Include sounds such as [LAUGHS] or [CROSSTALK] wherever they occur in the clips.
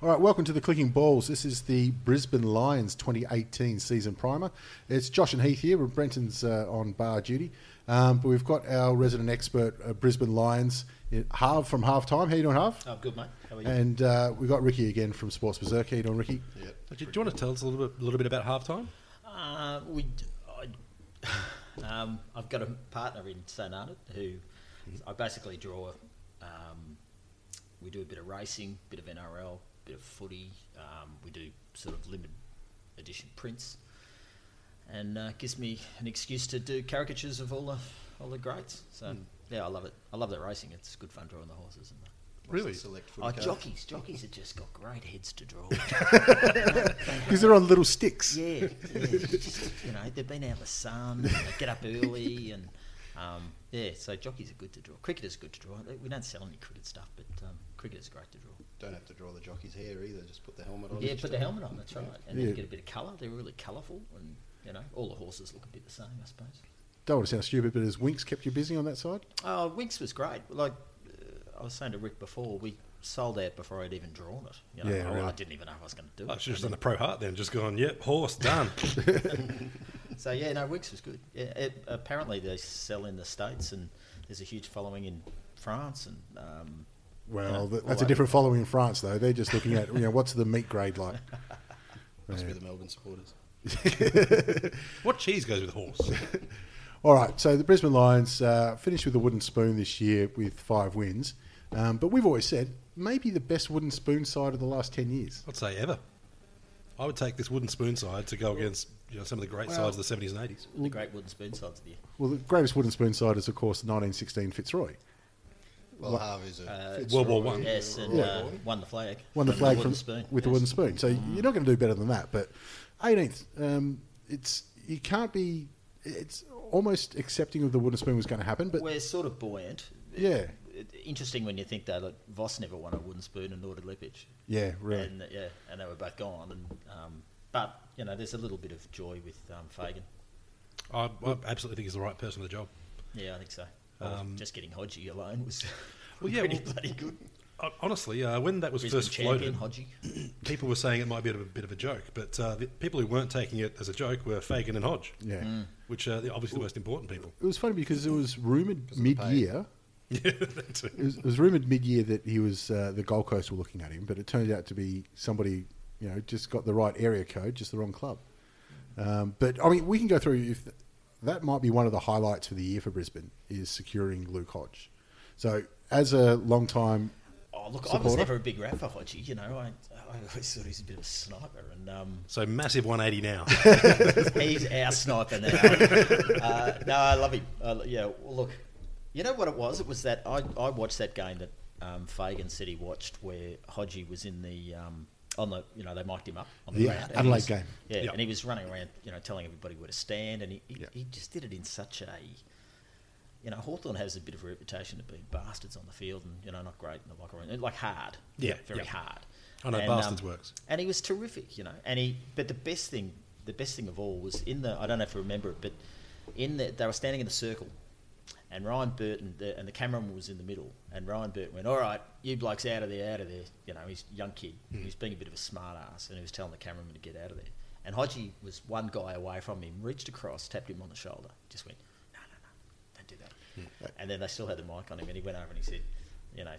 All right, welcome to the Clicking Balls. This is the Brisbane Lions 2018 season primer. It's Josh and Heath here. We're Brenton's uh, on bar duty, um, but we've got our resident expert, uh, Brisbane Lions, uh, Harv from halftime. How you doing, Harv? Oh, good, mate. How are you? And uh, we got Ricky again from Sports Berserk. How you doing, Ricky? Do you, want to tell us a little bit, little bit about halftime? Uh, we, I, [SIGHS] um, I've got a partner in St. Arnott who I basically draw. Um, we do a bit of racing, bit of NRL, bit of footy. Um, we do sort of limited edition prints, and uh, gives me an excuse to do caricatures of all the all the greats. So yeah, I love it. I love that racing. It's good fun drawing the horses and. The, Really? Select footy Oh, cards. jockeys! Jockeys have just got great heads to draw. [LAUGHS] Because they're on little sticks. Yeah, yeah. Just, [LAUGHS] you know, they've been out in the sun, and they get up early, and um, yeah, so jockeys are good to draw. Cricketers are good to draw. We don't sell any cricket stuff, but um, cricketers great to draw. Don't have to draw the jockey's hair either. Just put the helmet on. Yeah, put the helmet on, that's right. And Yeah. then get a bit of colour. They're really colourful, and you know, all the horses look a bit the same, I suppose. Don't want to sound stupid, but has Winks kept you busy on that side? Oh, Winks was great. Like uh, I was saying to Rick before, we sold out before I'd even drawn it. You know, Yeah, I, really. I didn't even know I was going to do I it. should have done the pro heart then, Oh, just gone, yep, horse, done. So yeah, no, Wix was good. Yeah, it, apparently they sell in the states, and there's a huge following in France, and um, Well, Yeah, th- all Uh, that's a over. different following in France, though. They're just looking at, you know, what's the meat grade like? Must be the Melbourne supporters. what cheese goes with horse? All right, so the Brisbane Lions uh, finished with a wooden spoon this year with five wins, um, but we've always said maybe the best wooden spoon side of the last ten years. I'd say ever. I would take this wooden spoon side to go against you know, some of the great sides of the 70s and 80s. the great wooden spoon sides of the Well, the greatest wooden spoon side is, of course, the 1916 Fitzroy. Well, Harvey's a World War One. uh, yes, and Yeah. uh, won the flag, Won the And flag wooden from, spoon with the yes. wooden spoon. So you're not going to do better than that. But 18th, um, it's you can't be. It's almost accepting of the wooden spoon was going to happen, but We're sort of buoyant. Yeah. It- interesting when you think that like, Voss never won a wooden spoon, and nor did Lippich. yeah, really. And uh, yeah, and they were both gone. And um, but you know, there's a little bit of joy with um, Fagan. I, I absolutely think he's the right person for the job. Yeah, I think so. Well, just getting Hodgie alone was Um, Well, [LAUGHS] yeah, pretty well, bloody good. Hon- Honestly, uh, when that was Brisbane first champion floated, Hodgie. people were saying it might be a bit of a, bit of a joke, but uh, the people who weren't taking it as a joke were Fagan and Hodge, Yeah. mm. which are the- obviously the most important people. It was funny because it was rumored of the mid pay. year. yeah, that's it. It was, it was rumored mid-year that he was uh, the Gold Coast were looking at him, but it turned out to be somebody you know just got the right area code, just the wrong club. Um, but I mean, we can go through if that might be one of the highlights for the year for Brisbane is securing Luke Hodge. So as a long time, Oh, look, I was supporter? never a big rapper, Hodgie. You know, I, I always thought he was a bit of a sniper, and um, So massive 180 now. he's our sniper [LAUGHS] now. uh, no, I love him. I lo- yeah, well, look, you know what it was? It was that I, I watched that game that um, Fagan said he watched where Hodgie was in the um, on the you know they mic'd him up on the The ground. and he Adelaide was- game. Yeah, Yeah. and he was running around, you know, telling everybody where to stand, and he he, Yeah. he just did it in such a you know, Hawthorn has a bit of a reputation of being bastards on the field and, you know, not great in the locker room. And, Like hard. Yeah, Very yeah. hard. I know And, um, bastards works. And he was terrific, you know. And he but the best thing the best thing of all was in the I don't know if you remember it, but in the they were standing in a circle and Ryan Burton the, and the cameraman was in the middle and Ryan Burton went, All right, you blokes out of there, out of there you know, he's a young kid. Hmm. He was being a bit of a smart ass and he was telling the cameraman to get out of there. And Hodgie was one guy away from him, reached across, tapped him on the shoulder, just went, No, no, no, don't do that. And then they still had the mic on him, and he went over and he said, you know,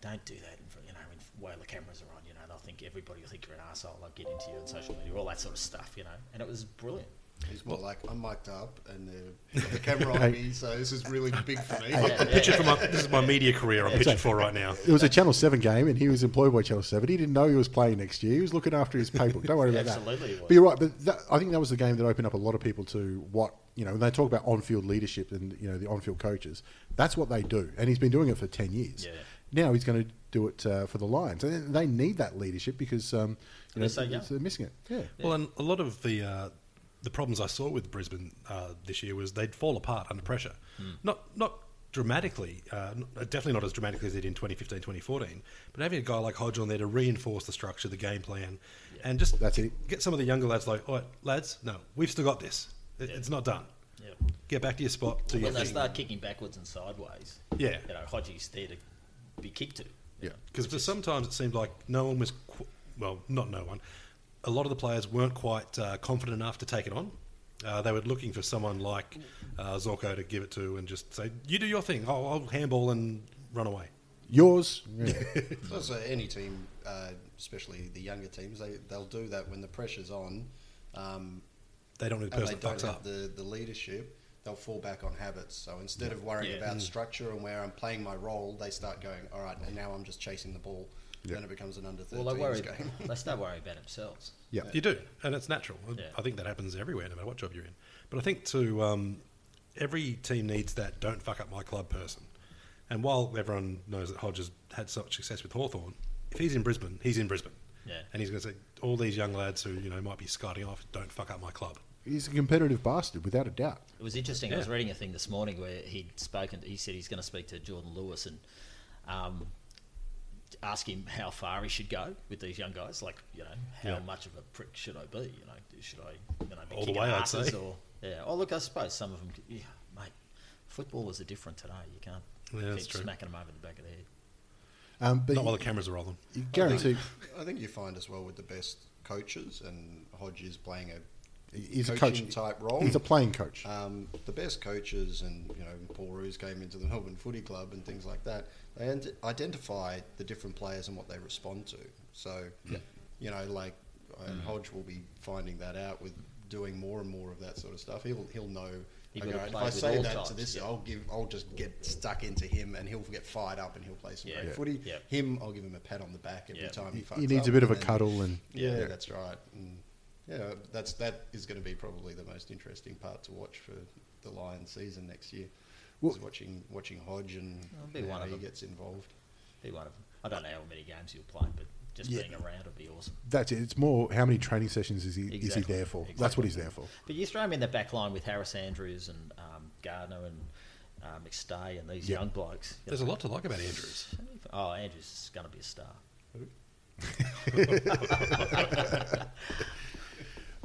don't do that. In front, you know, when while the cameras are on, you know, they'll think everybody will think you're an asshole. They'll get into you on social media, all that sort of stuff, you know. And it was brilliant. He's more like I'm mic'd up and [LAUGHS] they've got the camera on me, so this is really big for me. Yeah, yeah. Picture for my, this is my media career I'm pitching for right now. it was a Channel Seven game, and he was employed by Channel Seven. He didn't know he was playing next year. He was looking after his paperwork. Don't [LAUGHS] worry about that. Absolutely he was. But you're right. But that, I think that was the game that opened up a lot of people to what you know. When they talk about on-field leadership and you know the on-field coaches, that's what they do, and he's been doing it for ten years. Yeah. Now he's going to do it uh, for the Lions, and they need that leadership because um, you know They're so young. they're missing it. Yeah. Well, and a lot of the uh, the problems I saw with Brisbane uh, this year was they'd fall apart under pressure. Not not dramatically, uh, n- definitely not as dramatically as they did in 2015, 2014, but having a guy like Hodge on there to reinforce the structure, the game plan, and just That's get, it. get some of the younger lads like, all right, lads, no, we've still got this. It, It's not done. Yeah. Get back to your spot. Do your When they thing. start kicking backwards and sideways, Yeah. you know, Hodgie's there to be kicked to. Yeah. Because sometimes it seemed like no one was qu- well, not no one. A lot of the players weren't quite uh, confident enough to take it on. Uh, they were looking for someone like uh, Zorko to give it to and just say, "You do your thing. I'll, I'll handball and run away." Yours. It's Also, any team, uh, especially the younger teams, they they'll do that when the pressure's on, um, They don't know the and they person that don't fucks have up. the, the leadership. They'll fall back on habits. So instead of worrying Yeah. about Mm. structure and where I'm playing my role, they start going, all right, and now I'm just chasing the ball. Yeah. Then it becomes an under 13s Well, they worry. game. [LAUGHS] they start worrying about themselves. [LAUGHS] Yeah. You do, and it's natural. Yeah. I think that happens everywhere, no matter what job you're in. But I think too, um, every team needs that "don't fuck up my club" person. And while everyone knows that Hodges had such success with Hawthorn, if he's in Brisbane, he's in Brisbane, Yeah. and he's going to say all these young lads who you know might be scouting off, "Don't fuck up my club." He's a competitive bastard, without a doubt. It was interesting. I was Yeah. reading a thing this morning where he'd spoken. He said he's going to speak to Jordan Lewis and um, ask him how far he should go with these young guys. Like, you know, how Yeah. much of a prick should I be? You know, should I, you know, be All the kicking way, I'd asses say. or yeah? Oh, look, I suppose some of them. could- Yeah, mate, footballers are different today. You can't Yeah, that's keep true. smacking them over the back of the head. Um, but Not while the cameras are rolling. you guarantee I think you find as well with the best coaches, and Hodge is playing a he's a coach. coaching type role. He's a playing coach. um, the best coaches and you know Paul Roos came into the Melbourne Footy Club and things like that. They ant- identify the different players and what they respond to. So you know, like Mm. and Hodge will be finding that out with doing more and more of that sort of stuff. He'll he'll know. You've okay, got to if play I with say all that types, to this, yeah. I'll give. I'll just get stuck into him, and he'll get fired up, and he'll play some Yeah. great footy. Yeah. Him, I'll give him a pat on the back every Yeah. time he, He- fucks he needs a up, bit of and a then- cuddle and yeah, Yeah. that's right. And yeah, that's that is going to be probably the most interesting part to watch for the Lions season next year. Well- is watching watching Hodge and I'll be how one of he them. gets involved. Be one of them. I don't know how many games he'll play, but just Yeah. being around would be awesome. that's it. It's more how many training sessions is he is he Exactly. there for? That's what Exactly. he's there for. But you throw him in the back line with Harris Andrews and um, Gardner and uh, McStay and these Yeah. young blokes. you There's a know. lot to like about Andrews. Oh, Andrews is going to be a star.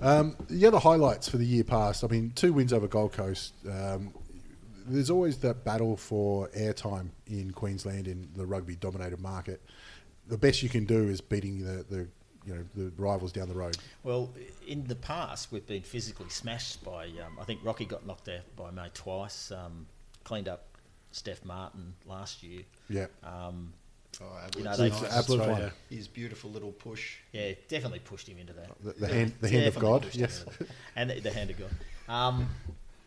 Um, the other highlights for the year past, I mean, two wins over Gold Coast. Um, there's always that battle for airtime in Queensland in the rugby dominated market. The best you can do is beating the, the you know the rivals down the road. Well, in the past, we've been physically smashed by. Um, I think Rocky got knocked out by May twice. Um, cleaned up Steph Martin last year. Yeah, Um, Oh, You know, Ablett's they- nice. It's Ablett Australia. one. His beautiful little push. yeah, definitely pushed him into that. the, the hand the hand of Definitely God. pushed him Yes, into that. and the, the hand of God. Um,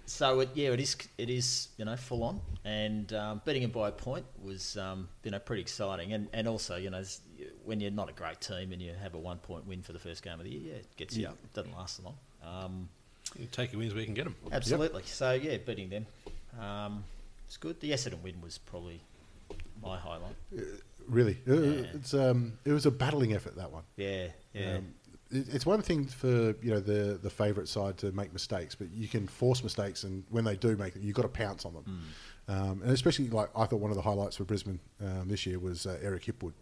so it, yeah, it is. It is you know full on, and um, beating him by a point was um, you know pretty exciting, and, and also you know s- when you're not a great team and you have a one point win for the first game of the year, yeah, it gets you Yeah. up. It doesn't last long. Um, You take your wins where you can get them. Absolutely. So yeah, beating them, um, it's good. The Essendon win was probably my highlight. really. Uh, Yeah. It's um, it was a battling effort that one. Yeah, yeah, Um, it- it's one thing for you know the the favourite side to make mistakes, but you can force mistakes, and when they do make them, you've got to pounce on Mm. them. Um, and especially like I thought one of the highlights for Brisbane um, this year was uh, Eric Hipwood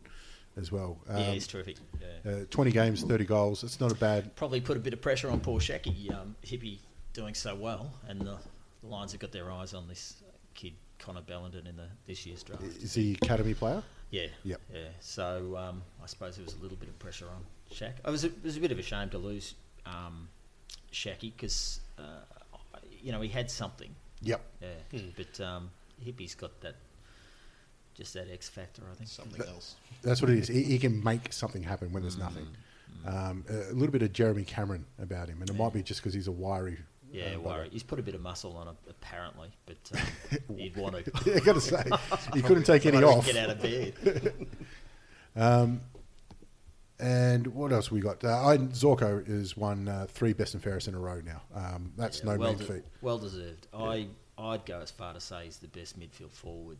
as well. Um, yeah. He's terrific. Yeah. uh, Twenty games, thirty goals. It's not a bad. Probably put a bit of pressure on Paul Shackey. Um, Hippie doing so well, and the, the Lions have got their eyes on this kid Connor Bellenden in the this year's draft. Is he academy player? Yeah, Yep. yeah. So um, I suppose there was a little bit of pressure on Shaq. I was a, it was a bit of a shame to lose um, Shacky because uh, you know he had something. Yep. Yeah, Hmm. but um, Hippie's got that, just that X factor, I think. Something else. That's what it is. He, he can make something happen when Mm, there's nothing. Um, a little bit of Jeremy Cameron about him, and it might be just because he's a wiry. Yeah, uh, worry. bugger. He's put a bit of muscle on, it, apparently, but [LAUGHS] um, he'd want to yeah, [LAUGHS] I [LAUGHS] [LAUGHS] gotta say, he couldn't take any off. get out of bed. And what else we got? Uh, I, Zorko has won uh, three best and fairest in a row now. Um, that's Yeah, no well, mean de- feat. well deserved. I I'd go as far to say he's the best midfield forward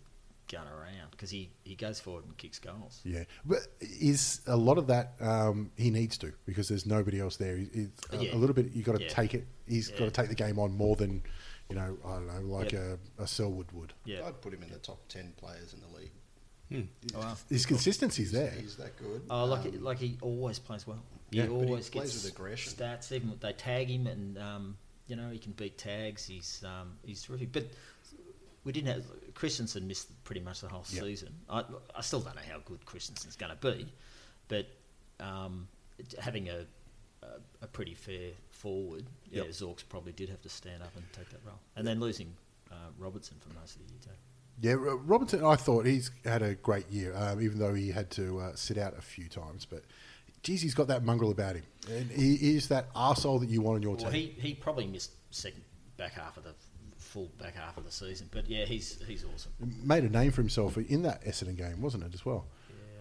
gun around because he, he goes forward and kicks goals. Yeah, but is a lot of that um, he needs to because there's nobody else there. He- he's a, Yeah. a little bit you got to Yeah. take it. He's Yeah. got to take the game on more than you know. I don't know, like a, a Selwood would. Yeah, I'd put him in the top ten players in the league. Oh, wow. His consistency's He's, there. he's that good. Oh, like Um, he- like he always plays well. He Yeah. But he always plays gets with aggression. stats. Even if they tag him, and um, you know he can beat tags. He's um, he's terrific. But we didn't have Christensen missed pretty much the whole Yeah. season. I I still don't know how good Christensen's going to be, but um, having a, a a pretty fair forward. Yeah, Yep. Zorks probably did have to stand up and take that role, and then losing uh, Robertson for most of the year too. Yeah, Ro- Robinson, I thought he's had a great year, um, even though he had to uh, sit out a few times. But, geez, he's got that mongrel about him. And he is that arsehole that you want on your Well, team. he, he probably missed second back half of the full back half of the season, but yeah, he's he's awesome. Made a name for himself in that Essendon game, wasn't it, as well?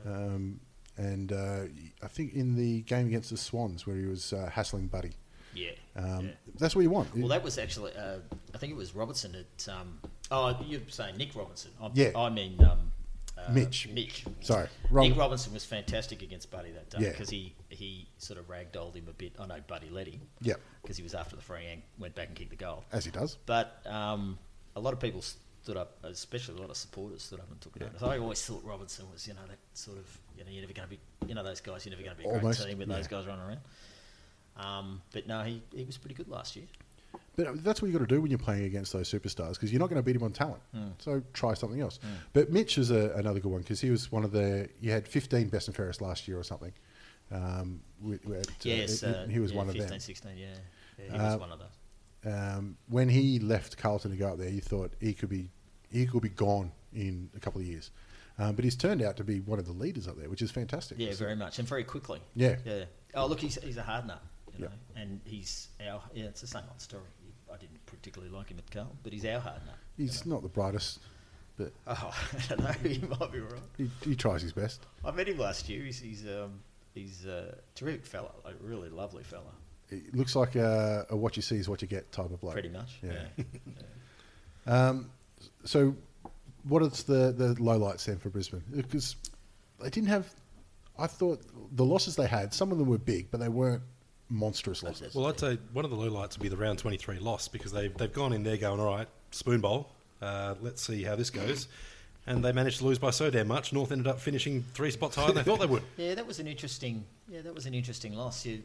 Um, and uh, I think in the game against the Swans where he was uh, hassling Buddy. Yeah, Um, yeah. That's what you want. Well, that was actually uh, I think it was Robertson at um, oh you're saying Nick Robinson? i Yeah. I mean um, uh, Mitch. Mitch. Sorry, wrong. Nick Robinson was fantastic against Buddy that day Yeah. because he he sort of ragdolled him a bit. I know Buddy let him. Yeah. because he was after the free and went back and kicked the goal. as he does. But um, a lot of people stood up, especially a lot of supporters stood up and took notice. I always thought Robinson was, you know, that sort of, you know, you're never going to be, you know, those guys, you're never going to be a great Almost, team with those yeah. guys running around. Um, but no, he, he was pretty good last year. But uh, that's what you got to do when you're playing against those superstars because you're not going to beat him on talent. Hmm. So try something else. But Mitch is a, another good one because he was one of the you had 15 best and fairest last year or something. Um, with, with, uh, yes, he- uh, he was yeah, one 15, of them. 16, yeah. Yeah, he was Uh, one of those. Um, when he left Carlton to go up there, you thought he could be he could be gone in a couple of years. Um, but he's turned out to be one of the leaders up there, which is fantastic. Yeah, It's- very much, and very quickly. Yeah. yeah. Oh, look, he's, he's a hard nut, you know, Yeah. and he's our. Yeah, it's the same old story. I didn't particularly like him at Carlton, but he's our hard nut. you he's know. [LAUGHS] not the brightest, but Oh, I don't know. He might be right. he, he tries his best. I met him last year. He's he's um, he's a terrific fella, like really lovely fella, It looks like uh, a, a what you see is what you get type of bloke. pretty much. Yeah. Yeah. Um, so, what is the the lowlights then for Brisbane? Because they didn't have. I thought the losses they had, some of them were big, but they weren't monstrous losses. Well, I'd say one of the lowlights would be the round 23 loss because they've, they've gone in there going, all right, spoon bowl, uh, let's see how this goes. And they managed to lose by so damn much. North ended up finishing three spots higher than they thought they would. [LAUGHS] yeah, that was an interesting. Yeah, that was an interesting loss. You,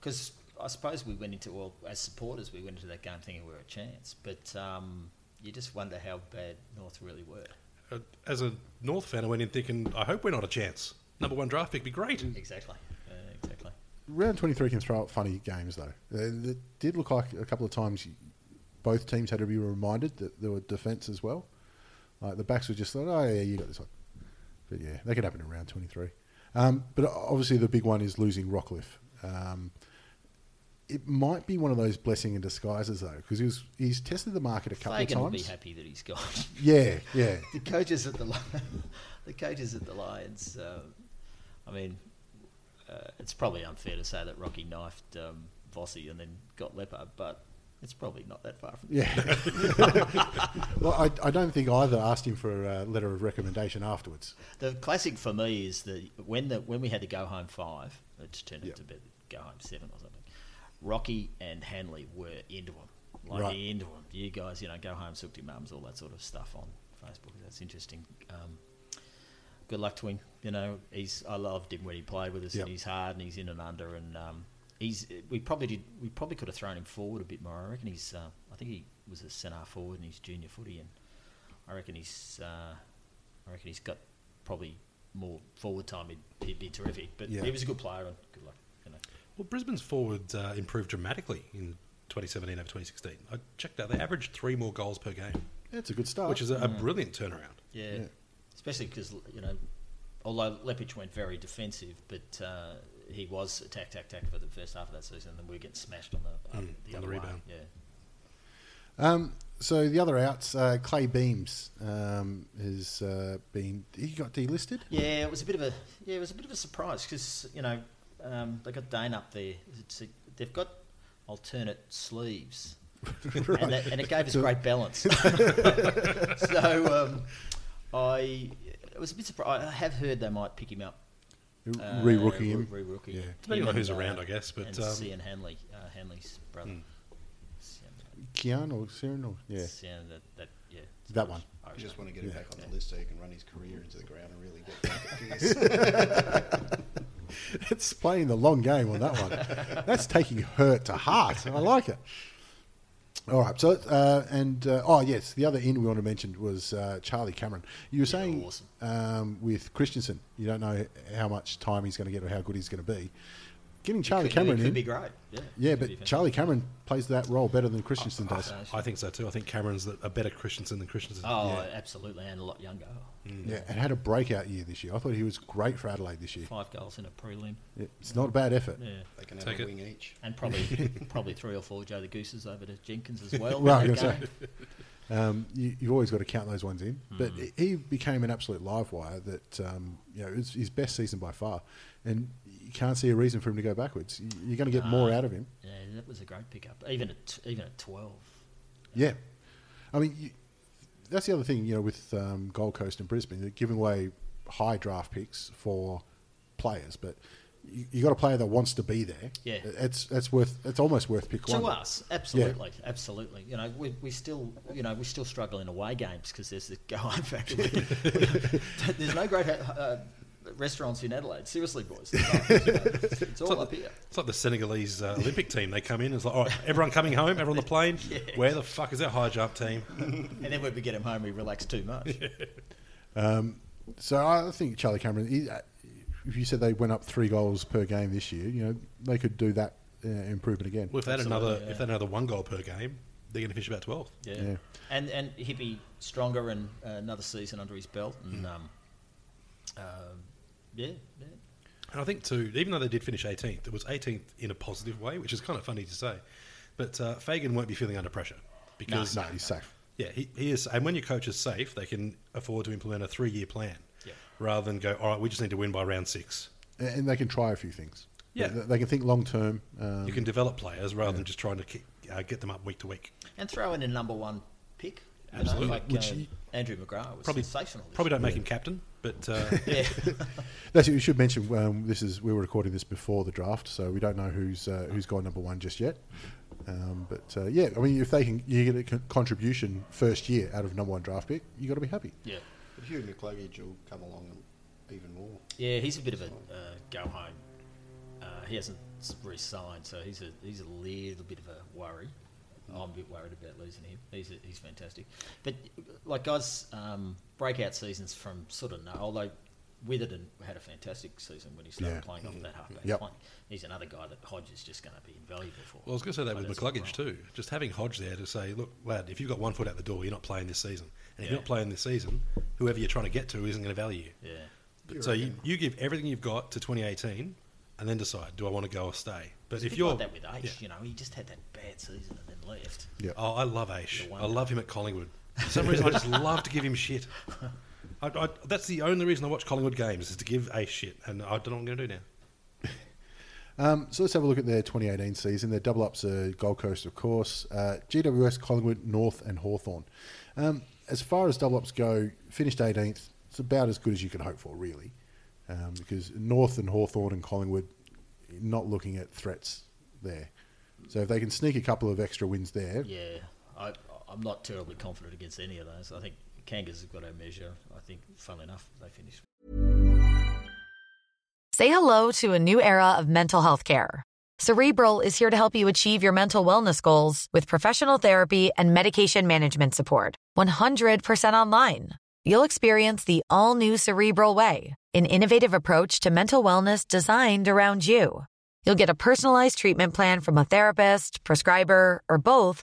because I suppose we went into well as supporters we went into that game thinking we were a chance, but um, you just wonder how bad North really were. [LAUGHS] Uh, As a North fan, I went in thinking, I hope we're not a chance. Number one draft pick be great. Exactly. Yeah, exactly. Round twenty three can throw out funny games though. Uh, It did look like a couple of times you- both teams had to be reminded that there were defence as well. Like the backs were just like, oh yeah, you got this one. But yeah, that could happen in round twenty three. Um, but obviously the big one is losing Rockcliffe. Um, it might be one of those blessing in disguises though, because he was, he's tested the market a couple Fagan of will be times. happy that he's gone. Yeah, yeah. the coaches at the Li- [LAUGHS] the coaches at the Lions. Um, I mean, uh, it's probably unfair to say that Rocky knifed um, Vossi and then got Leopard, but it's probably not that far from. Yeah. [LAUGHS] well, I, I don't think either asked him for a uh, letter of recommendation afterwards. The classic for me is the when the when we had to go home five, which turned Yeah. out to be go home seven or something. Rocky and Hanley were into him, like Right. into him. You guys, you know, go home, sook to your mums, all that sort of stuff on Facebook. That's interesting. Um, good luck to him. You know, he's I loved him when he played with us, Yep. and he's hard and he's in and under, and um, he's we probably did we probably could have thrown him forward a bit more. I reckon he's uh, I think he was a centre half forward in his junior footy, and I reckon he's uh, I reckon he's got probably more forward time. He'd, he'd be terrific, but Yeah. he was a good player and good luck. You know. Well, Brisbane's forwards uh, improved dramatically in 2017 over 2016. I checked out, they averaged three more goals per game, It's a good start. which is a, a brilliant turnaround. Yeah. Yeah. Especially because, you know, although Lepic went very defensive, but uh, he was attack, attack, attack for the first half of that season, and then we were getting smashed on the, uh, the Mm, on the other way. rebound. Yeah. Um, so the other outs, uh, Clay Beams um, has uh, been he got delisted. Yeah, it was a bit of a yeah, it was a bit of a surprise because you know um, they got Dane up there. It's a- they've got alternate [LAUGHS] sleeves, and, that, and it gave us great balance. so um, I it was a bit surprised. I have heard they might pick him up, uh, Re-rooking him. re- re-rookie. Yeah. Depending Him on who's and, uh, around, I guess, but, and um, Hmm. Cian Hanley, uh, Hanley's brother. Cian, Keanu or Cyrano? Yeah. Cian, that, that, yeah, That one. [LAUGHS] Irish You just name. want to get him Yeah. back on Yeah. the list so he can run his career into the ground and really [LAUGHS] get back at it's [LAUGHS] playing the long game on that one. That's taking hurt to heart. I like it. All right. So, uh, and uh, oh yes, the other in we want to mention was uh, Charlie Cameron. You were saying awesome. um, with Christensen, you don't know how much time he's going to get or how good he's going to be. Getting Charlie Could- Cameron could in, be great. yeah, Yeah, could be but fantastic. Charlie Cameron plays that role better than Christensen does. I think so too. I think Cameron's the, a better Christensen than Christensen. Oh, yeah. Mm. absolutely, and a lot younger. Yeah, and had a breakout year this year. I thought he was great for Adelaide this year. Five goals in a prelim. It's not a bad effort. Yeah. They can have Take a it. wing each. And probably probably three or four Joe the Gooses over to Jenkins as well. in Well, I that was gonna game. Um, you, you've always got to count those ones in. But he became an absolute live wire that, um, you know, it's his best season by far. And you can't see a reason for him to go backwards. You- You're going to get more out of him. Yeah, that was a great pickup. Even at t- even at twelve. Yeah. I mean, you, that's the other thing, you know, with um, Gold Coast and Brisbane, they're giving away high draft picks for players, but you, you got a player that wants to be there. Yeah. It's, it's worth, it's almost worth pick To one. us, absolutely, absolutely. You know, we, we still, you know, we still struggle in away games because there's the go home factor. [LAUGHS] there's no great uh, restaurants in Adelaide. Seriously, boys, there's not. You know, it's, it's all up here. It's like the Senegalese uh, Olympic team. They come in and it's like, all right, everyone coming home, everyone on the plane. [LAUGHS] Where the fuck is that high jump team? And then when we get him home, we relax too much. So I think Charlie Cameron. He, uh, if you said they went up three goals per game this year, you know they could do that uh, improvement again. Well, if they had Absolutely, another, yeah. if they had another one goal per game, they're going to finish about twelve. Yeah. Yeah. And and he'd be stronger and uh, another season under his belt. Hmm. And um, um yeah, yeah. And I think too, even though they did finish 18th, it was 18th in a positive way, which is kind of funny to say. But uh, Fagan won't be feeling under pressure because no, he's safe. yeah, he, he is. And when your coach is safe, they can afford to implement a three-year plan Yeah. rather than go, all right, we just need to win by round six. A- and they can try a few things. Yeah. they, they can think long term. Um, you can develop players rather than just trying to ki uh, get them up week to week. And throw in a number one pick. you know, Absolutely. like Which uh, you- Andrew McGrath was Probably- sensational. this Probably don't make him captain, but uh, [LAUGHS] year. Yeah. That's it. We should mention um, this is we were recording this before the draft, so we don't know who's uh, who's gone number one just yet. Um, but uh, yeah, I mean, if they can, you get a con- contribution first year out of number one draft pick, you got to be happy. yeah. But Hugh McCluggage will come along even more. Yeah, he's a bit of a uh, go home. Uh, he hasn't s- re-signed, so he's a he's a little bit of a worry. I'm a bit worried about losing him. He's a, he's fantastic, but like guys, um, breakout seasons from sort of no. Although Witherden had a fantastic season when he started Yeah. playing off that halfback Yep. line. He's another guy that Hodge is just going to be invaluable for. Well, I was going to say that But with that's not McCluggage right. too. Just having Hodge there to say, look, lad, if you've got one foot out the door, you're not playing this season. And if Yeah. you're not playing this season, whoever you're trying to get to isn't going to value you. Yeah, But- so you, you give everything you've got to 2018 and then decide, do I want to go or stay? But It's a if bit you're. like that with Ace, yeah. you know, he just had that bad season and then left. Yeah. Oh, I love Aish. You're I wonderful. love him at Collingwood. For some reason, [LAUGHS] I just love to give him shit. I, I, that's the only reason I watch Collingwood games is to give Aish shit. And I don't know what I'm going to do now. Um, so let's have a look at their 2018 season. Their double ups are Gold Coast, of course, uh, GWS, Collingwood, North, and Hawthorn. Um, as far as double ups go, finished 18th. It's about as good as you can hope for, really, um, because North and Hawthorn and Collingwood not looking at threats there. So if they can sneak a couple of extra wins there, Yeah, I, I'm not terribly confident against any of those. I think Kangas have got to measure. I think, funnily enough, they finished. Say hello to a new era of mental health care. Cerebral is here to help you achieve your mental wellness goals with professional therapy and medication management support. 100% online. You'll experience the all new Cerebral Way, an innovative approach to mental wellness designed around you. You'll get a personalized treatment plan from a therapist, prescriber, or both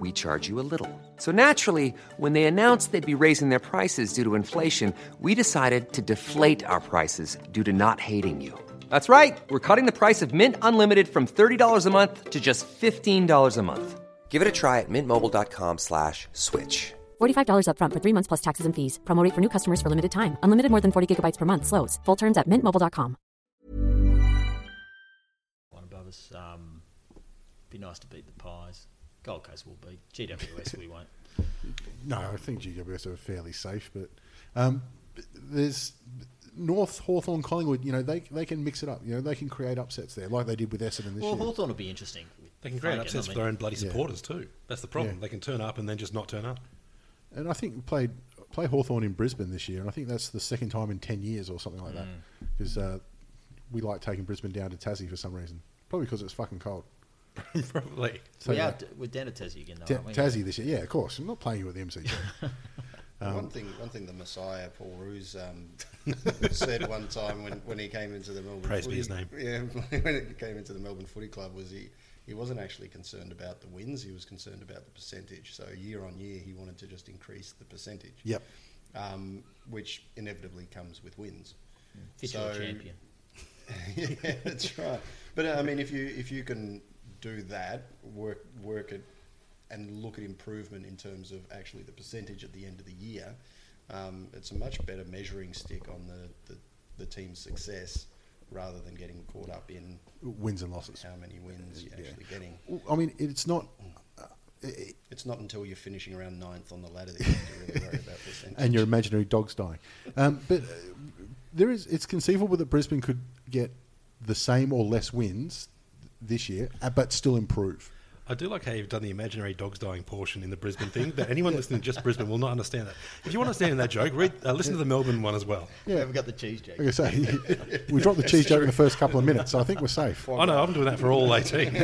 we charge you a little. So naturally, when they announced they'd be raising their prices due to inflation, we decided to deflate our prices due to not hating you. That's right. We're cutting the price of Mint Unlimited from $30 a month to just $15 a month. Give it a try at mintmobile.com slash switch. $45 upfront for three months plus taxes and fees. Promo rate for new customers for limited time. Unlimited more than 40 gigabytes per month. Slows. Full terms at mintmobile.com. one above us. Um, be nice to beat the Pies. Gold Coast will be. GWS we won't. No, I think GWS are fairly safe, but um, there's North Hawthorn, Collingwood. You know, they they can mix it up. You know, they can create upsets there, like they did with Essendon this Well, year. Hawthorn will be interesting. with They can create Fagan, I upsets for mean. their own bloody Yeah. supporters too. That's the problem. Yeah. They can turn up and then just not turn up. [LAUGHS] And I think played play Hawthorn in Brisbane this year, and I think that's the second time in ten years or something like that. Because uh, we like taking Brisbane down to Tassie for some reason, probably because it's fucking cold. Probably. So we yeah, are, we're down to Tassie again, though, Ta- aren't we? Tassie this year, yeah, of course. I'm not playing you at the MCG. Um, one thing, one thing the Messiah Paul Roos um, [LAUGHS] said one time when, when he came into the Melbourne Praise be footy, his name. [LAUGHS] Yeah, when he came into the Melbourne Footy Club, was he he wasn't actually concerned about the wins; he was concerned about the percentage. So year on year, he wanted to just increase the percentage. Yep. um, which inevitably comes with wins. Official champion. [LAUGHS] yeah, that's right. But uh, I mean, if you if you can do that, work work it, and look at improvement in terms of actually the percentage at the end of the year, um, it's a much better measuring stick on the, the the team's success rather than getting caught up in Wins and losses. how many wins you're actually getting. I mean, it's not, It's not until you're finishing around ninth on the ladder that you have to really worry [LAUGHS] about percentage. and your imaginary dog's dying. Um, but uh, there is, it's conceivable that Brisbane could get the same or less wins this year, uh, but still improve. I do like how you've done the imaginary dogs dying portion in the Brisbane thing. That anyone listening to just Brisbane will not understand that. If you want to understand that joke, read, uh, listen to the Melbourne one as well. Yeah, we've got the cheese jack. Like I say, [LAUGHS] we dropped the cheese joke in the first couple of minutes, so I think we're safe. I know I'm doing that for all 18.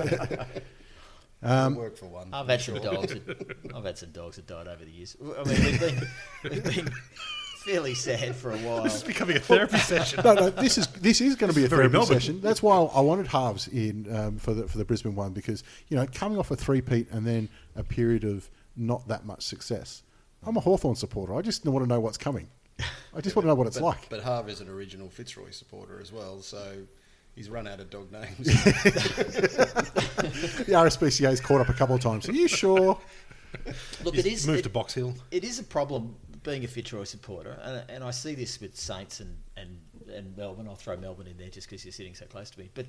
work for one. I've had some dogs. That, I've had some dogs that died over the years. I mean, we've been, [LAUGHS] we've been fairly sad for a while. [LAUGHS] this is becoming a therapy session. No, no, this is this is going to be a Very therapy Melbourne. session. That's why I wanted halves in um, for the for the Brisbane one because you know coming off a three-peat and then a period of not that much success. I'm a Hawthorn supporter. I just want to know what's coming. I just want to know what it's But, like. but Harv is an original Fitzroy supporter as well, so he's run out of dog names. The RSPCA's caught up a couple of times. Are you sure? Look, it is Move it- to Box Hill. It is a problem being a Fitzroy supporter, and, and I see this with Saints and, and, and Melbourne. I'll throw Melbourne in there just because you're sitting so close to me. But,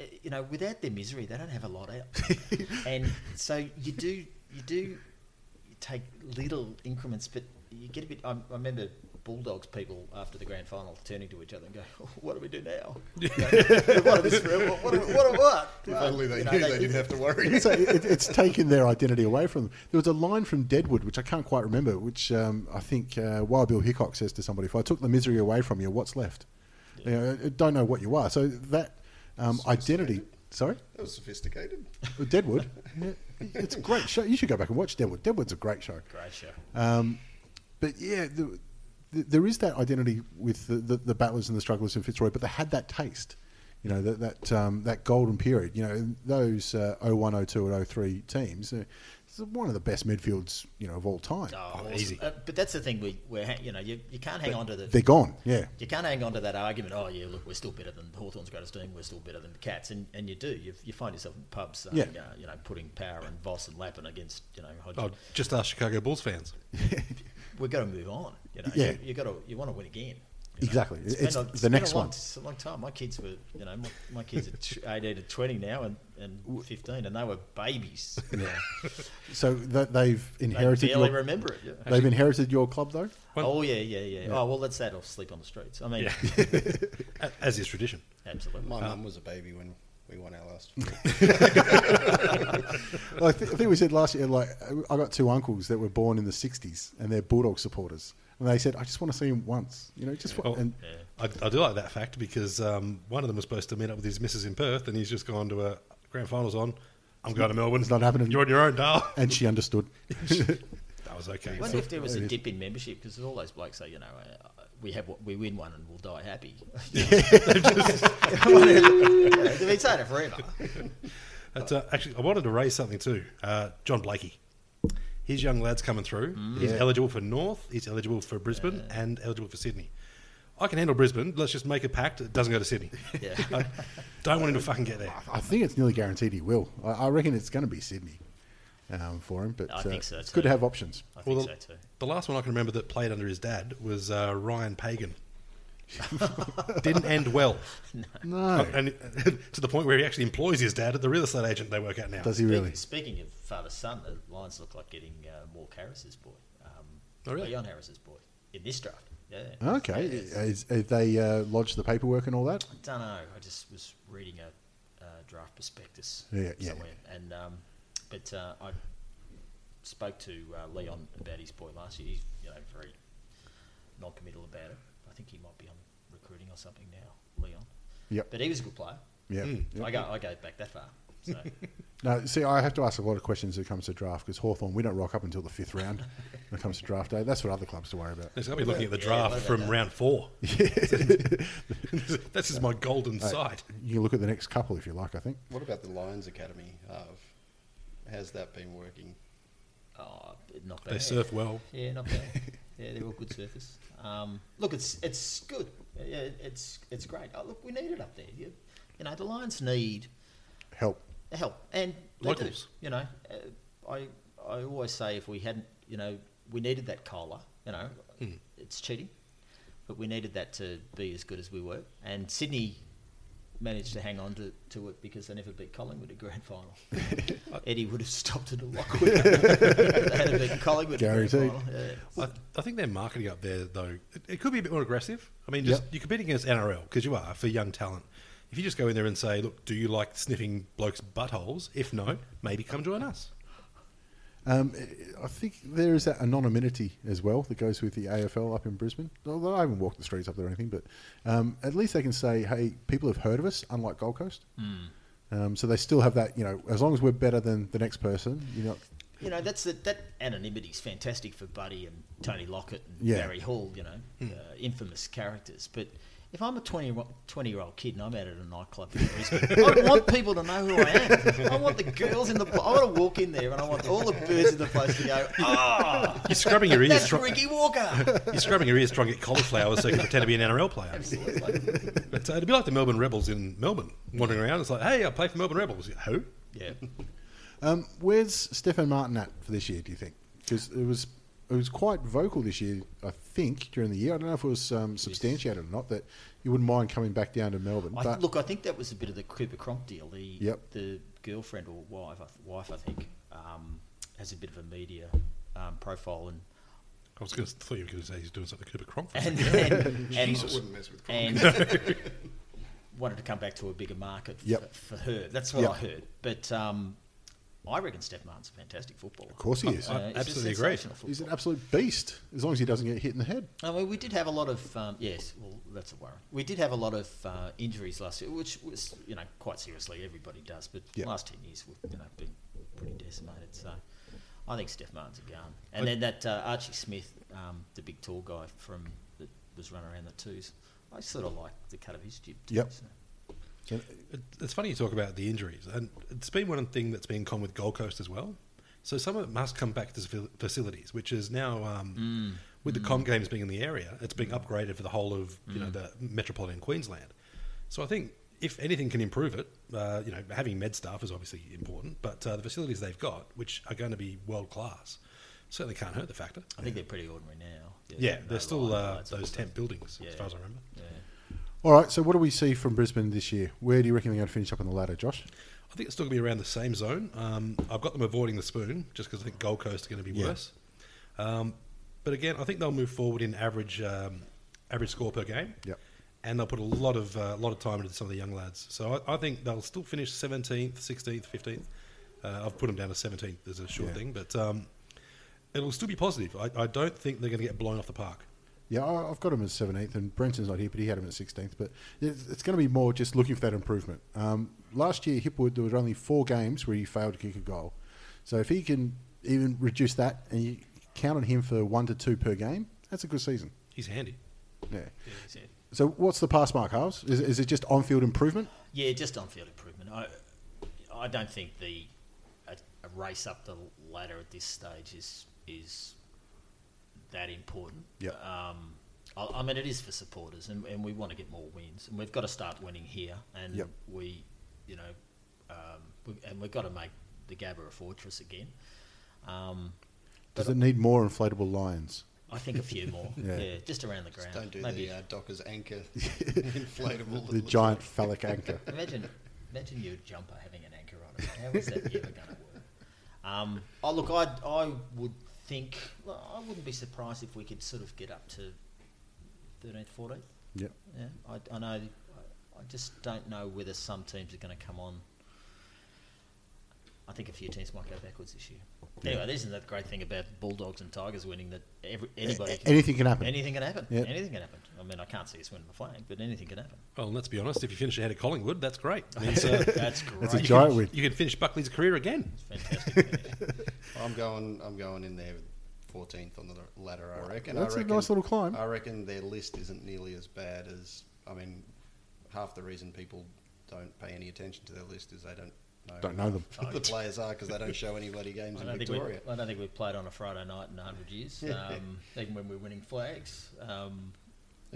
uh, you know, without their misery, they don't have a lot out. [LAUGHS] and so you do, you do you take little increments, but you get a bit. I, I remember Bulldogs people after the grand final turning to each other and going, oh, What do we do now? [LAUGHS] You know, what, is, what, what, what, what? If only they You know, knew they didn't have to worry. so it, it's taken their identity away from them. There was a line from Deadwood, which I can't quite remember, which um, I think uh, Wild Bill Hickok says to somebody, "If I took the misery away from you, what's left? You know, I don't know what you are." So that um, identity. Sorry, That was sophisticated. Deadwood. Yeah, it's a great show. You should go back and watch Deadwood. Deadwood's a great show. Great show. But yeah, the, the, there is that identity with the, the, the battlers and the strugglers in Fitzroy, but they had that taste, you know, that that um, that golden period. You know, and those uh, 01, 02 and 03 teams, uh, it's one of the best midfields, you know, of all time. Oh, awesome. easy. Uh, but that's the thing we we're ha- you know you, you can't hang on to the They're gone. Yeah, you can't hang on to that argument. Oh yeah, look, we're still better than Hawthorn's greatest team. We're still better than the Cats, and, and you do. You, you find yourself in pubs, saying, Yeah. uh, you know, putting Power and Voss and Lappin against you know. Hodgson. Oh, just ask Chicago Bulls fans. We've got to move on. You know, Yeah. you, you got to you want to win again. you know. exactly. It's, been a- the been next a long, one. It's a long time. My kids were, you know, my, my kids are [LAUGHS] t- 18 to 20 now and, and 15, and they were babies. So that they've They inherited. barely Your, remember it. yeah. they've inherited your club though. Oh, yeah, yeah, yeah, Oh, well, that's that. I'll sleep on the streets. I mean, A- As is tradition. absolutely. My mum was a baby when we won our [LAUGHS] last. Well, I, th- I think we said last year, like, I got two uncles that were born in the 60s and they're Bulldog supporters. And they said, I just want to see him once. You know, just wa- Oh, and I, I do like that fact because um, one of them was supposed to meet up with his missus in Perth, and he's just gone to a grand finals on. I'm going to Melbourne. it's not happening. You're on your own, Dale. And she understood. That was okay. I wonder if there was a dip in membership because all those blokes say, you know, uh, we have we win one and we'll die [LAUGHS] happy. [LAUGHS] They've been saying it forever. That's, uh, actually, I wanted to raise something too. Uh, John Blakey. His young lad's coming through. Mm. He's eligible for North, he's eligible for Brisbane, and eligible for Sydney. I can handle Brisbane. Let's just make a pact. It doesn't go to Sydney. [LAUGHS] Yeah. I don't want him to fucking get there. I think it's nearly guaranteed he will. I, I reckon it's going to be Sydney. um, for him. But I uh, think so it's too. good to have options. I think Well, so too. The last one I can remember that played under his dad was uh, Ryan Pagan. [LAUGHS] Didn't end well. [LAUGHS] Uh, No, And [LAUGHS] to the point where he actually employs his dad at the real estate agent they work at [LAUGHS] now. does he really? Speaking of father son, the Lions look like getting uh, Mork Harris's boy. Um, Oh, really? Leon Harris's boy in this draft. Yeah. Okay, Yeah, it's- is, have they uh, lodged the paperwork and all that? don't know. I just was reading a uh, draft prospectus Yeah, yeah, somewhere, and um, but uh, I spoke to uh, Leon about his boy last year. He's you know very non-committal about it. I think he might be on recruiting or something now, Leon. Yep. But he was a good player. Yeah. Hmm. Yep. I go I go back that far. [LAUGHS] So No, see, I have to ask a lot of questions when it comes to draft because Hawthorn we don't rock up until the fifth round when it comes to draft day. That's what other clubs to worry about. He's going to be looking at the Yeah, draft what about from that? [LAUGHS] round four. this is my golden sight. You can look at the next couple if you like. I think. What about the Lions Academy? Of how's that been working? oh, not bad. They surf well. Yeah, not [LAUGHS] bad. yeah, they're all good surface. Um, look, it's it's good. Yeah, it- it's it's great. Oh, look, we need it up there. You, you know, the Lions need. Help. help and they do, Locals. you know uh, i i always say if we hadn't you know we needed that cola you know it's cheating but we needed that to be as good as we were and sydney managed to hang on to, to it because they never beat collingwood at grand final eddie would have stopped it a lot quicker They had have beaten collingwood at grand Guaranteed. final, yeah. I, I think their marketing up there, though, it, it could be a bit more aggressive. I mean, just Yep. you're competing against NRL because you are for young talent. If you just go in there and say, "Look, do you like sniffing blokes' buttholes?" If no, maybe come join us. Um, I think there is that anonymity as well that goes with the AFL up in Brisbane. Although I haven't walked the streets up there or anything, but um, at least they can say, "Hey, people have heard of us," unlike Gold Coast. Hmm. Um, so they still have that. You know, as long as we're better than the next person, you know. you know that's the, that anonymity is fantastic for Buddy and Tony Lockett and Yeah. Hmm. Barry Hall. You know, uh, infamous characters. But if I'm a 20, ro- 20 year old kid and I'm out at a nightclub in Brisbane, I want people to know who I am. I want the girls in the. I want to walk in there and I want all the birds in the place to go. Ah, You're scrubbing your ears, that's try, Ricky Walker. you're scrubbing your ears trying to get cauliflower so you can pretend to be an NRL player. Absolutely. But, uh, it'd be like the Melbourne Rebels in Melbourne, wandering around. It's like, "Hey, I play for Melbourne Rebels." Who? Yeah. Um, where's Stefan Martin at for this year? Do you think? Because it was it was quite vocal this year. I think during the year, I don't know if it was um, substantiated or not that you wouldn't mind coming back down to Melbourne. I, but look, I think that was a bit of the Cooper Cronk deal. The Yep. the girlfriend or wife, I th- wife I think, um, has a bit of a media um, profile and I was going to thought you were going to say he's doing something Cooper Cronk. For a [LAUGHS] and second. and, I and, wouldn't mess with Cronk. and [LAUGHS] wanted to come back to a bigger market f- Yep. for her. That's what Yep. I heard. But um, I reckon Steph Martin's a fantastic footballer. of course he is. Uh, he's a absolutely agree. sensational He's an footballer. absolute beast. As long as he doesn't get hit in the head. I mean, Uh, we did have a lot of um, yes. Well, that's a worry. We did have a lot of uh, injuries last year, which was you know quite seriously everybody does. But Yeah. last ten years we've you know been pretty decimated. So I think Steph Martin's a gun. And then that uh, Archie Smith, um, the big tall guy from that was running around the twos. I sort of like the cut of his jib. Too, Yep. so. It- It's funny you talk about the injuries, and it's been one thing that's been common with Gold Coast as well. So some of it must come back to fa- facilities, which is now um, Mm. with the Com Games being in the area, it's being upgraded for the whole of you Mm. know the metropolitan Queensland. So I think if anything can improve it, uh, you know having med staff is obviously important, but uh, the facilities they've got, which are going to be world class, certainly can't hurt the factor. I think they're pretty ordinary now. Yeah, no there's still uh, lights, all those tent buildings, as Yeah. far as I remember. Yeah. All right. So what do we see from Brisbane this year? Where do you reckon they're going to finish up on the ladder, Josh? I think it's still going to be around the same zone. Um, I've got them avoiding the spoon just because I think Gold Coast are going to be worse. Um, but again, I think they'll move forward in average um, average score per game. Yep. And they'll put a lot of uh, lot of time into some of the young lads. So I, I think they'll still finish seventeenth, sixteenth, fifteenth. Uh, I've put them down to seventeenth as a sure thing, but um, it'll still be positive. I, I don't think they're going to get blown off the park. Yeah, I- I've got him at 17th, and Brenton's not here, but he had him at 16th. But it's, it's going to be more just looking for that improvement. Um, last year, Hipwood, there were only four games where he failed to kick a goal. So if he can even reduce that and you count on him for one to two per game, that's a good season. He's handy. Yeah. That's it. So what's the pass mark, halves? Is, is it just on field improvement? Yeah, just on field improvement. I, I don't think the a, a race up the ladder at this stage is is that important. Yep. Um, I, I mean, it is for supporters, and, and we want to get more wins, and we've got to start winning here, and Yep. we, you know, um, we, and we've got to make the Gabba Fortress again. Um, Does it need more inflatable lions? I think a few more. [LAUGHS] yeah. Yeah. just around the ground. Don't do Maybe the uh, Docker's [LAUGHS] anchor inflatable. that The looks giant phallic anchor. Imagine, imagine your jumper having an anchor on it. How is that ever going to work? Um, oh, look, I I would think well, I wouldn't be surprised if we could sort of get up to thirteenth, fourteenth. Yep. Yeah, I, I know. I, I just don't know whether some teams are going to come on. I think a few teams might go backwards this year. Anyway, isn't that the great thing about Bulldogs and Tigers winning that every, anybody can, anything can happen. Anything can happen. Yeah. Anything can happen. I mean, I can't see us winning the flag, but anything [LAUGHS] can happen. Well, and let's be honest. If you finish ahead of Collingwood, that's great. It means, uh, That's great. That's a [LAUGHS] giant win. you can finish Buckley's career again. Fantastic. like- I'm going. I'm going in there. 14th on the ladder, I reckon. That's I a reckon, nice little climb. I reckon their list isn't nearly as bad as. I mean, half the reason people don't pay any attention to their list is they don't know. Don't know them. who The players are because they don't show any bloody games I in don't, think we, Victoria. I don't think we've played on a Friday night in 100 years, um, even when we're winning flags. Um,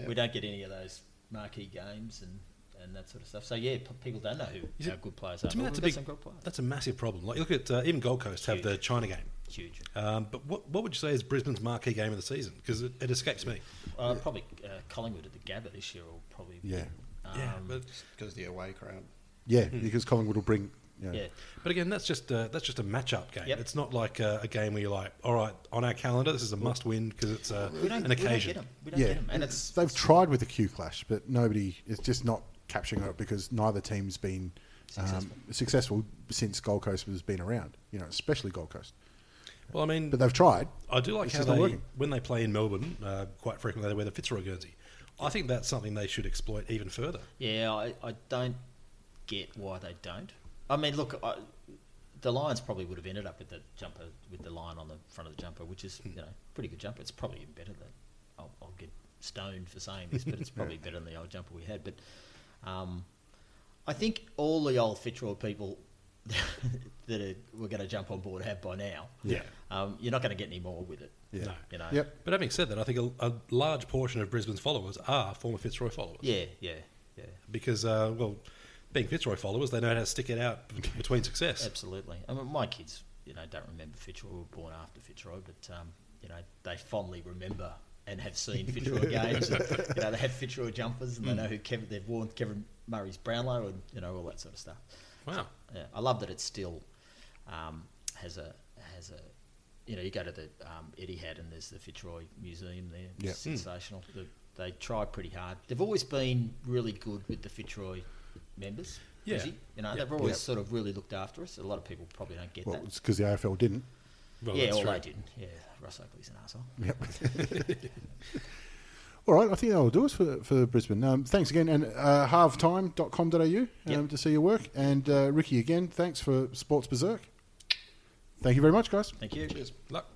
We don't get any of those marquee games and, and that sort of stuff. So, yeah, p- people don't know who Is how it- good players are. To me, But that's a we've big, got some good players. that's a massive problem. Like you look at uh, even Gold Coast have the China game. huge. Um, but what, what would you say is Brisbane's marquee game of the season? Because it, it escapes me. Uh, Probably uh, Collingwood at the Gabba this year will probably be- um, Yeah. yeah, Um, but, Because the away crowd. Yeah, because Collingwood will bring. You know, Hmm. Yeah. but again, that's just uh, that's just a matchup game. Yep. It's not like uh, a game where you're like, all right, on our calendar, this is a must win because it's uh, We don't, an We don't get occasion. them. We don't Yeah, get 'em. And it's, they've tried with the Q clash, but nobody is just not capturing it because neither team's been um, successful since Gold Coast has been around. You know, especially Gold Coast. Well, I Hmm. mean, But they've tried. I do like It's how just not they, working. when they play in Melbourne, uh, quite frequently they wear the Fitzroy Guernsey. I think that's something they should exploit even further. Yeah, I, I don't get why they don't. I mean, look, I, the Lions probably would have ended up with the jumper with the lion on the front of the jumper, which Hmm. is you know pretty good jumper. It's probably even better than I'll, I'll get stoned for saying this, [LAUGHS] but it's probably better than the old jumper we had. But um, I think all the old Fitzroy people [LAUGHS] that are, were going to jump on board have by now. Yeah. um, you're not going to get any more with it. Yeah. No. you know. Yep. But having said that, I think a, a large portion of Brisbane's followers are former Fitzroy followers. Yeah, yeah, yeah. Because, uh, well, being Fitzroy followers, they know how to stick it out b- between success. Absolutely. I mean, my kids, you know, don't remember Fitzroy. We were born after Fitzroy, but um, you know, they fondly remember and have seen Fitzroy games. And, you know, they have Fitzroy jumpers, and they know who Kevin. They've worn Kevin Murray's Brownlow, and you know all that sort of stuff. Wow. Yeah, I love that it still um, has a has a. You know, you go to the um, Etihad and there's the Fitzroy Museum there. It's Yeah. Mm. Hmm. sensational. The, they try pretty hard. They've always been really good with the Fitzroy members. Yeah. Izzy. You know, they've always sort of really looked after us. A lot of people probably don't get Well, that. it's because the AFL didn't. Well, yeah, that's well, true. they didn't. Yeah, Russ Oakley's an asshole. All right, I think that'll do us for, for Brisbane. Um, thanks again, and uh, halftime.com.au um, Yep. to see your work. And uh, Ricky, again, thanks for Sports Berserk. Thank you very much, guys. Thank you. Cheers. Luck.